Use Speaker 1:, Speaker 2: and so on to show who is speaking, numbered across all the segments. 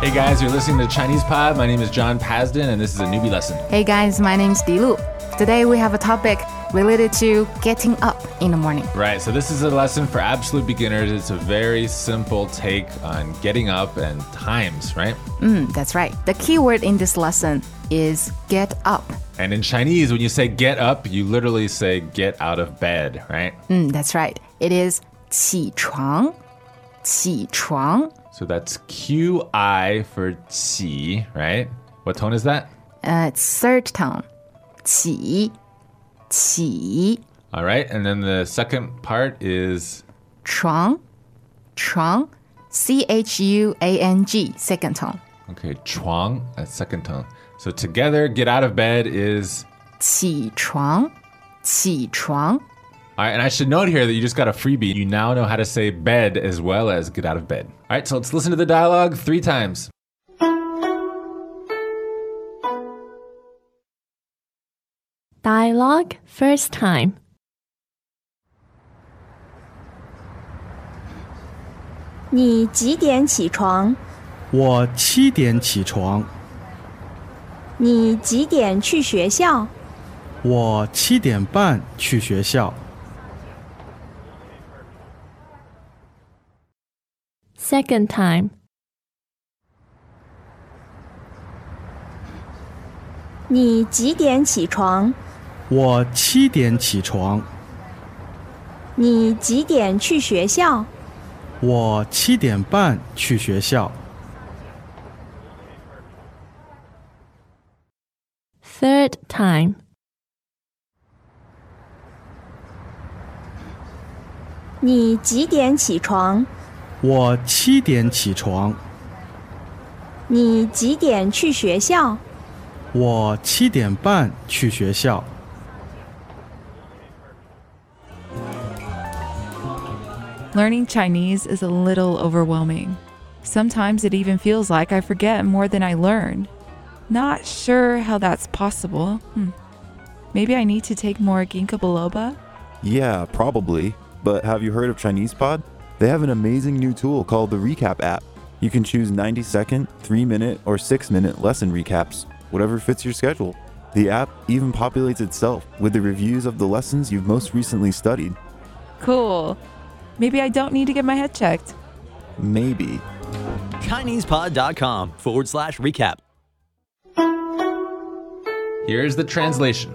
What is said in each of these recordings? Speaker 1: Hey guys, you're listening to Chinese Pod. My name is John Pasden, and this is a newbie lesson.
Speaker 2: Hey guys, my name's Dilu. Today we have a topic related to getting up in the morning.
Speaker 1: Right, so this is a lesson for absolute beginners. It's a very simple take on getting up and times, right?
Speaker 2: Mm, that's right. The key word in this lesson is get up.
Speaker 1: And in Chinese, when you say get up, you literally say get out of bed, right?
Speaker 2: Mm, that's right. It is 起床,起床.
Speaker 1: So that's QI for qi, right? What tone is that?
Speaker 2: Uh, it's third tone. 起,起
Speaker 1: All right, and then the second part is
Speaker 2: 床,床 C H U A N G, second tone.
Speaker 1: okay, chuang, that's second tone. So together, get out of bed is
Speaker 2: 起床,起床.
Speaker 1: All right, and I should note here that you just got a freebie. You now know how to say bed as well as get out of bed. All right, so let's listen to the dialogue three times.
Speaker 3: ，dialogue first time。
Speaker 4: 你几点起床？
Speaker 5: 我七点起床，
Speaker 4: 你几点去学校？
Speaker 5: 我七点半去学校。
Speaker 3: Second time，
Speaker 4: 你几点起床？
Speaker 5: 我七点起床，
Speaker 4: 你几点去学校？
Speaker 5: 我七点半去学校。
Speaker 3: third time，
Speaker 4: 你几点起床？
Speaker 5: 我七点起床，
Speaker 4: 你几点去学校？
Speaker 5: 我七点半去学校。
Speaker 6: Learning Chinese is a little overwhelming. Sometimes it even feels like I forget more than I learn. Not sure how that's possible. Hmm. Maybe I need to take more ginkgo biloba?
Speaker 7: Yeah, probably. But have you heard of Chinese Pod? They have an amazing new tool called the Recap app. You can choose 90 second, 3 minute, or 6 minute lesson recaps, whatever fits your schedule. The app even populates itself with the reviews of the lessons you've most recently studied.
Speaker 6: Cool. Maybe I don't need to get my head checked.
Speaker 7: Maybe.
Speaker 8: ChinesePod.com forward slash recap.
Speaker 1: Here's the translation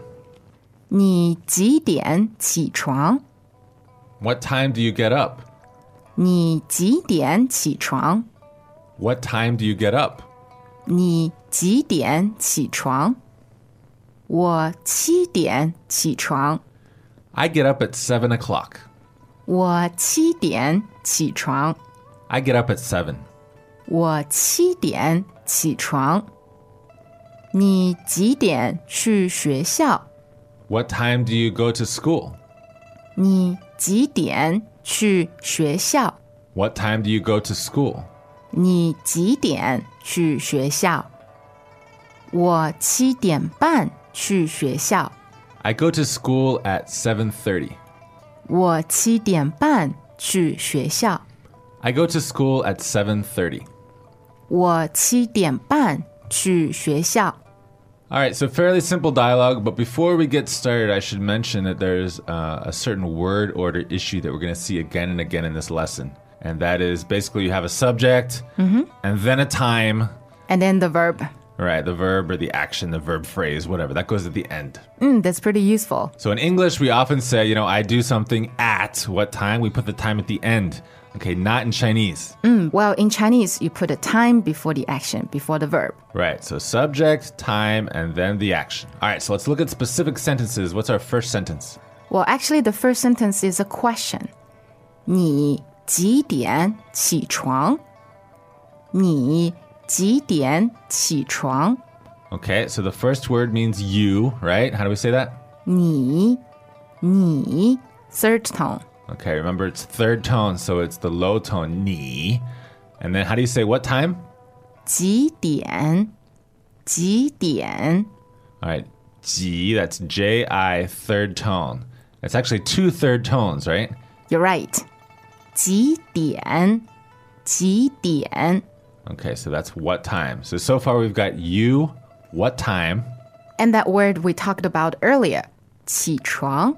Speaker 2: 你几点起床？
Speaker 1: What time do you get up?
Speaker 2: 你几点起床？
Speaker 1: What time do you get up?
Speaker 2: 你几点起床？我七点起床。
Speaker 1: I get up at 7 o'clock.
Speaker 2: 我七点起床。
Speaker 1: I get up at 7.
Speaker 2: 我七点起床。你几点去学校？
Speaker 1: What time do you go to school?
Speaker 2: 你几点去学校？
Speaker 1: What time do you go to school?
Speaker 2: 你几点去学校？我七点半去学校。
Speaker 1: I go to school at 7:30.
Speaker 2: 我七点半去学校。
Speaker 1: I go to school at 7:30.
Speaker 2: 我七点半去学校。
Speaker 1: All right, so fairly simple dialogue, but before we get started, I should mention that there's uh, a certain word order issue that we're going to see again and again in this lesson. And that is basically you have a subject and then a time,
Speaker 2: And then the verb.
Speaker 1: right? The verb or the action, the verb phrase, whatever. That goes at the end.
Speaker 2: Mm, that's pretty useful.
Speaker 1: So in English, we often say, you know, I do something at what time? We put the time at the end. Okay, not in Chinese.
Speaker 2: Mm, well, in Chinese, you put a time before the action, before the verb.
Speaker 1: Right, so subject, time, and then the action. All right, so let's look at specific sentences. What's our first sentence?
Speaker 2: Well, actually, the first sentence is a question. 你几点起床?你几点起床?
Speaker 1: Okay, so the first word means you, right? How do we say that?
Speaker 2: 你,你, third tone.
Speaker 1: Okay, remember it's third tone, so it's the low tone, ni. And then how do you say what time?
Speaker 2: 几点,几点,
Speaker 1: All right, ji, that's J I third tone. That's actually two third tones, right?
Speaker 2: you're right. 几点,几点,
Speaker 1: Okay, so that's what time. So so far we've got you, what time,
Speaker 2: And that word we talked about earlier, 起床,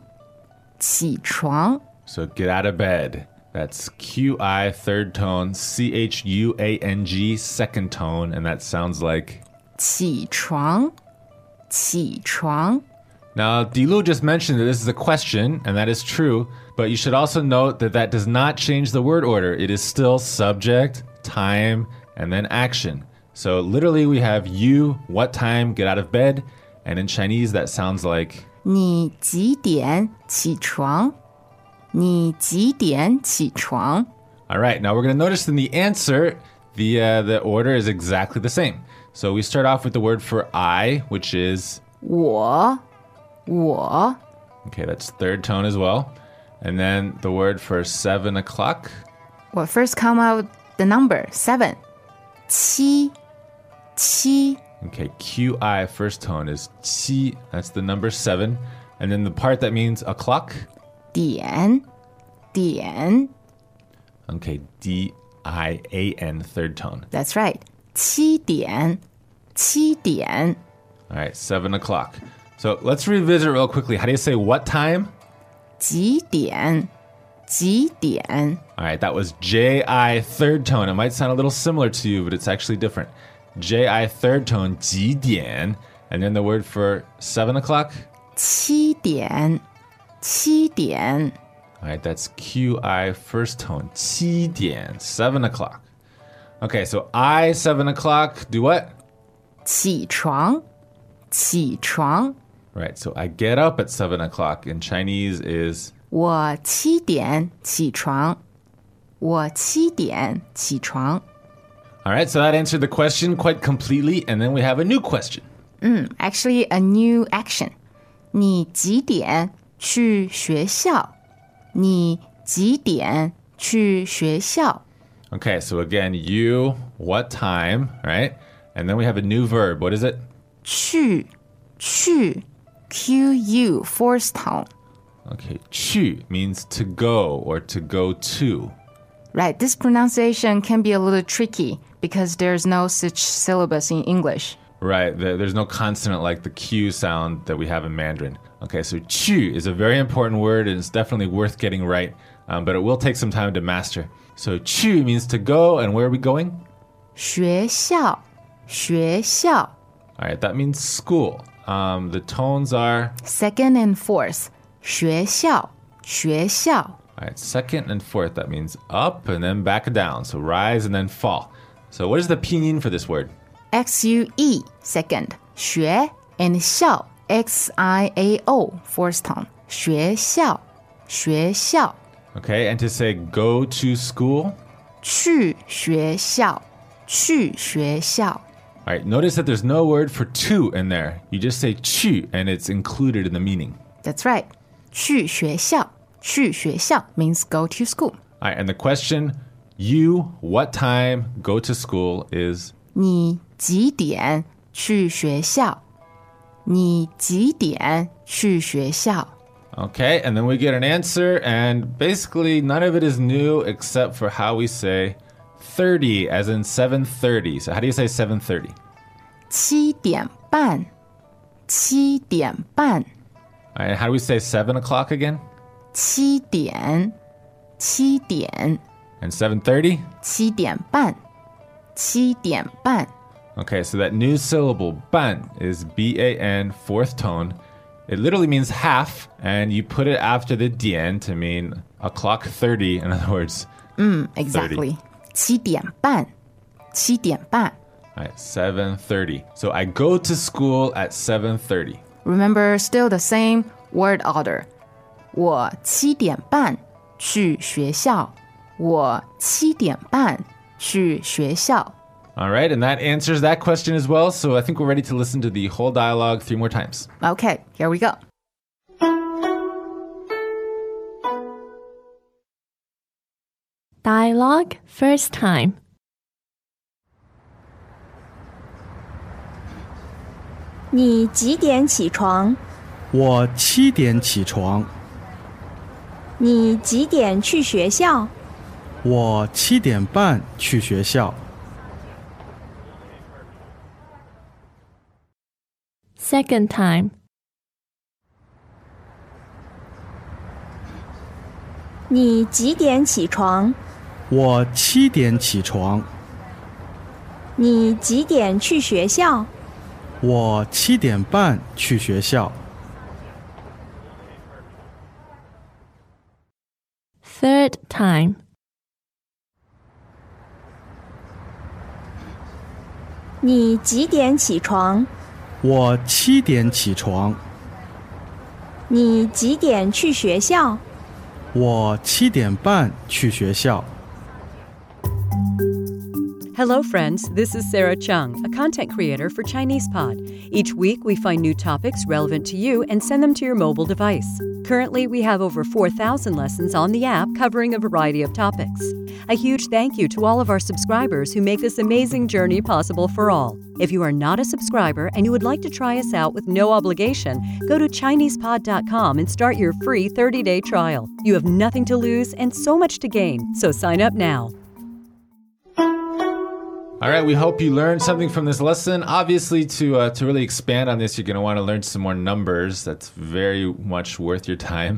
Speaker 2: 起床.
Speaker 1: so get out of bed. That's Q I third tone, C H U A N G second tone, and that sounds like
Speaker 2: 起床，起床，
Speaker 1: Now, Dilu just mentioned that this is a question, and that is true, but you should also note that that does not change the word order. It is still subject, time, and then action. So literally, we have you, what time, get out of bed, and in Chinese, that sounds like
Speaker 2: 你几点起床？你几点起床？
Speaker 1: All right, now we're going to notice in the answer, the uh, the order is exactly the same. So we start off with the word for I, which is
Speaker 2: 我，我，
Speaker 1: okay, that's third tone as well, and then the word for seven o'clock,
Speaker 2: 我 first come out the number seven，七，七，
Speaker 1: Okay, QI first tone is qi. That's the number seven. And then the part that means a clock.
Speaker 2: 点，点。
Speaker 1: Okay, D I A N third tone.
Speaker 2: That's right，七点，七点，
Speaker 1: All right, seven o'clock. So let's revisit real quickly. How do you say what time?
Speaker 2: 几点？几点？
Speaker 1: All right, that was JI third tone. It might sound a little similar to you, but it's actually different. JI third tone, 几点, and then the word for seven o'clock.
Speaker 2: 七点，七点。
Speaker 1: All right, that's QI first tone, 七点, seven o'clock. Okay, so I, seven o'clock, do what?
Speaker 2: 起床，起床，
Speaker 1: Right. So I get up at seven o'clock in Chinese is
Speaker 2: 我七点起床，我七点起床。
Speaker 1: all right. So that answered the question quite completely, and then we have a new question.
Speaker 2: Actually, a new action. 你几点去学校？你几点去学校？
Speaker 1: Okay. So again, you what time? Right. And then we have a new verb. What is it?
Speaker 2: 去，去，Q U force tone.
Speaker 1: Okay. 去 means to go or to go to.
Speaker 2: Right, this pronunciation can be a little tricky because there's no such syllabus in English.
Speaker 1: Right. There- There's no consonant like the Q sound that we have in Mandarin. Okay. So chu is a very important word and it's definitely worth getting right, um, but it will take some time to master. So chu means to go, and where are we going?
Speaker 2: 学校，学校。
Speaker 1: All right, that means school. Um, the tones are
Speaker 2: Second and fourth, 学校，学校。
Speaker 1: all right, second and fourth. That means up and then back down. So rise and then fall. So what is the pinyin for this word?
Speaker 2: X U E second, 学 and 校 X I A O fourth tone. 学校，学校。
Speaker 1: Okay, and to say go to school.
Speaker 2: 去学校，去学校。
Speaker 1: All right, notice that there's no word for to in there. You just say chu, and it's included in the meaning.
Speaker 2: That's right. 去学校，去学校 means go to school.
Speaker 1: All right, and the question, you what time go to school is
Speaker 2: 你几点去学校？你几点去学校？
Speaker 1: okay, and then we get an answer, and basically none of it is new except for how we say 30 as in 7:30. So how do you say 7:30?
Speaker 2: 七点半，七点半，
Speaker 1: All right, how do we say 7 o'clock again?
Speaker 2: 七点，七点，
Speaker 1: And 7:30?
Speaker 2: 七点半，七点半。
Speaker 1: Okay, so that new syllable ban is B A N fourth tone. It literally means half, and you put it after the dian to mean o'clock 30. In other words,
Speaker 2: Exactly. 七点半，七点半。
Speaker 1: all right, 7:30. So I go to school at 7:30.
Speaker 2: Remember, still the same word order. 我七点半去学校。我七点半去学校。
Speaker 1: All right, and that answers that question as well. So I think we're ready to listen to the whole dialogue three more times.
Speaker 2: Okay, here we go.
Speaker 3: ，dialogue first time。
Speaker 4: 你几点起床？
Speaker 5: 我七点起床，
Speaker 4: 你几点去学校？
Speaker 5: 我七点半去学校，
Speaker 3: second time,
Speaker 4: 你几点起床？
Speaker 5: 我七点起床，
Speaker 4: 你几点去学校？
Speaker 5: 我七点半去学校，
Speaker 3: third time,
Speaker 4: 你几点起床？
Speaker 5: 我七点起床，
Speaker 4: 你几点去学校？
Speaker 5: 我七点半去学校。
Speaker 8: Hello, friends. This is Sarah Chung, a content creator for Chinese Pod. Each week, we find new topics relevant to you and send them to your mobile device. Currently, we have over 4,000 lessons on the app covering a variety of topics. A huge thank you to all of our subscribers who make this amazing journey possible for all. If you are not a subscriber and you would like to try us out with no obligation, go to ChinesePod.com and start your free 30 day trial. You have nothing to lose and so much to gain, so sign up now.
Speaker 1: All right, we hope you learned something from this lesson. Obviously, to uh, to really expand on this, you're going to want to learn some more numbers. That's very much worth your time.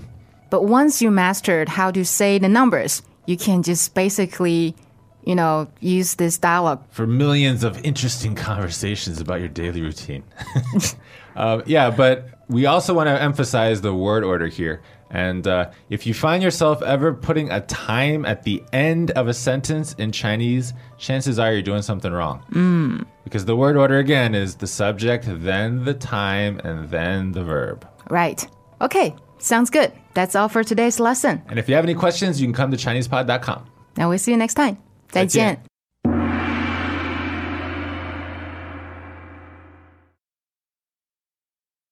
Speaker 2: But once you mastered how to say the numbers, you can just basically, you know, use this dialogue.
Speaker 1: for millions of interesting conversations about your daily routine. um, yeah, but we also want to emphasize the word order here. And uh, if you find yourself ever putting a time at the end of a sentence in Chinese, chances are you're doing something wrong. Because the word order, again, is the subject, then the time, and then the verb.
Speaker 2: Right. Okay, sounds good. That's all for today's lesson.
Speaker 1: And if you have any questions, you can come to ChinesePod.com.
Speaker 2: Now we'll see you next time. 再见。
Speaker 1: 再见。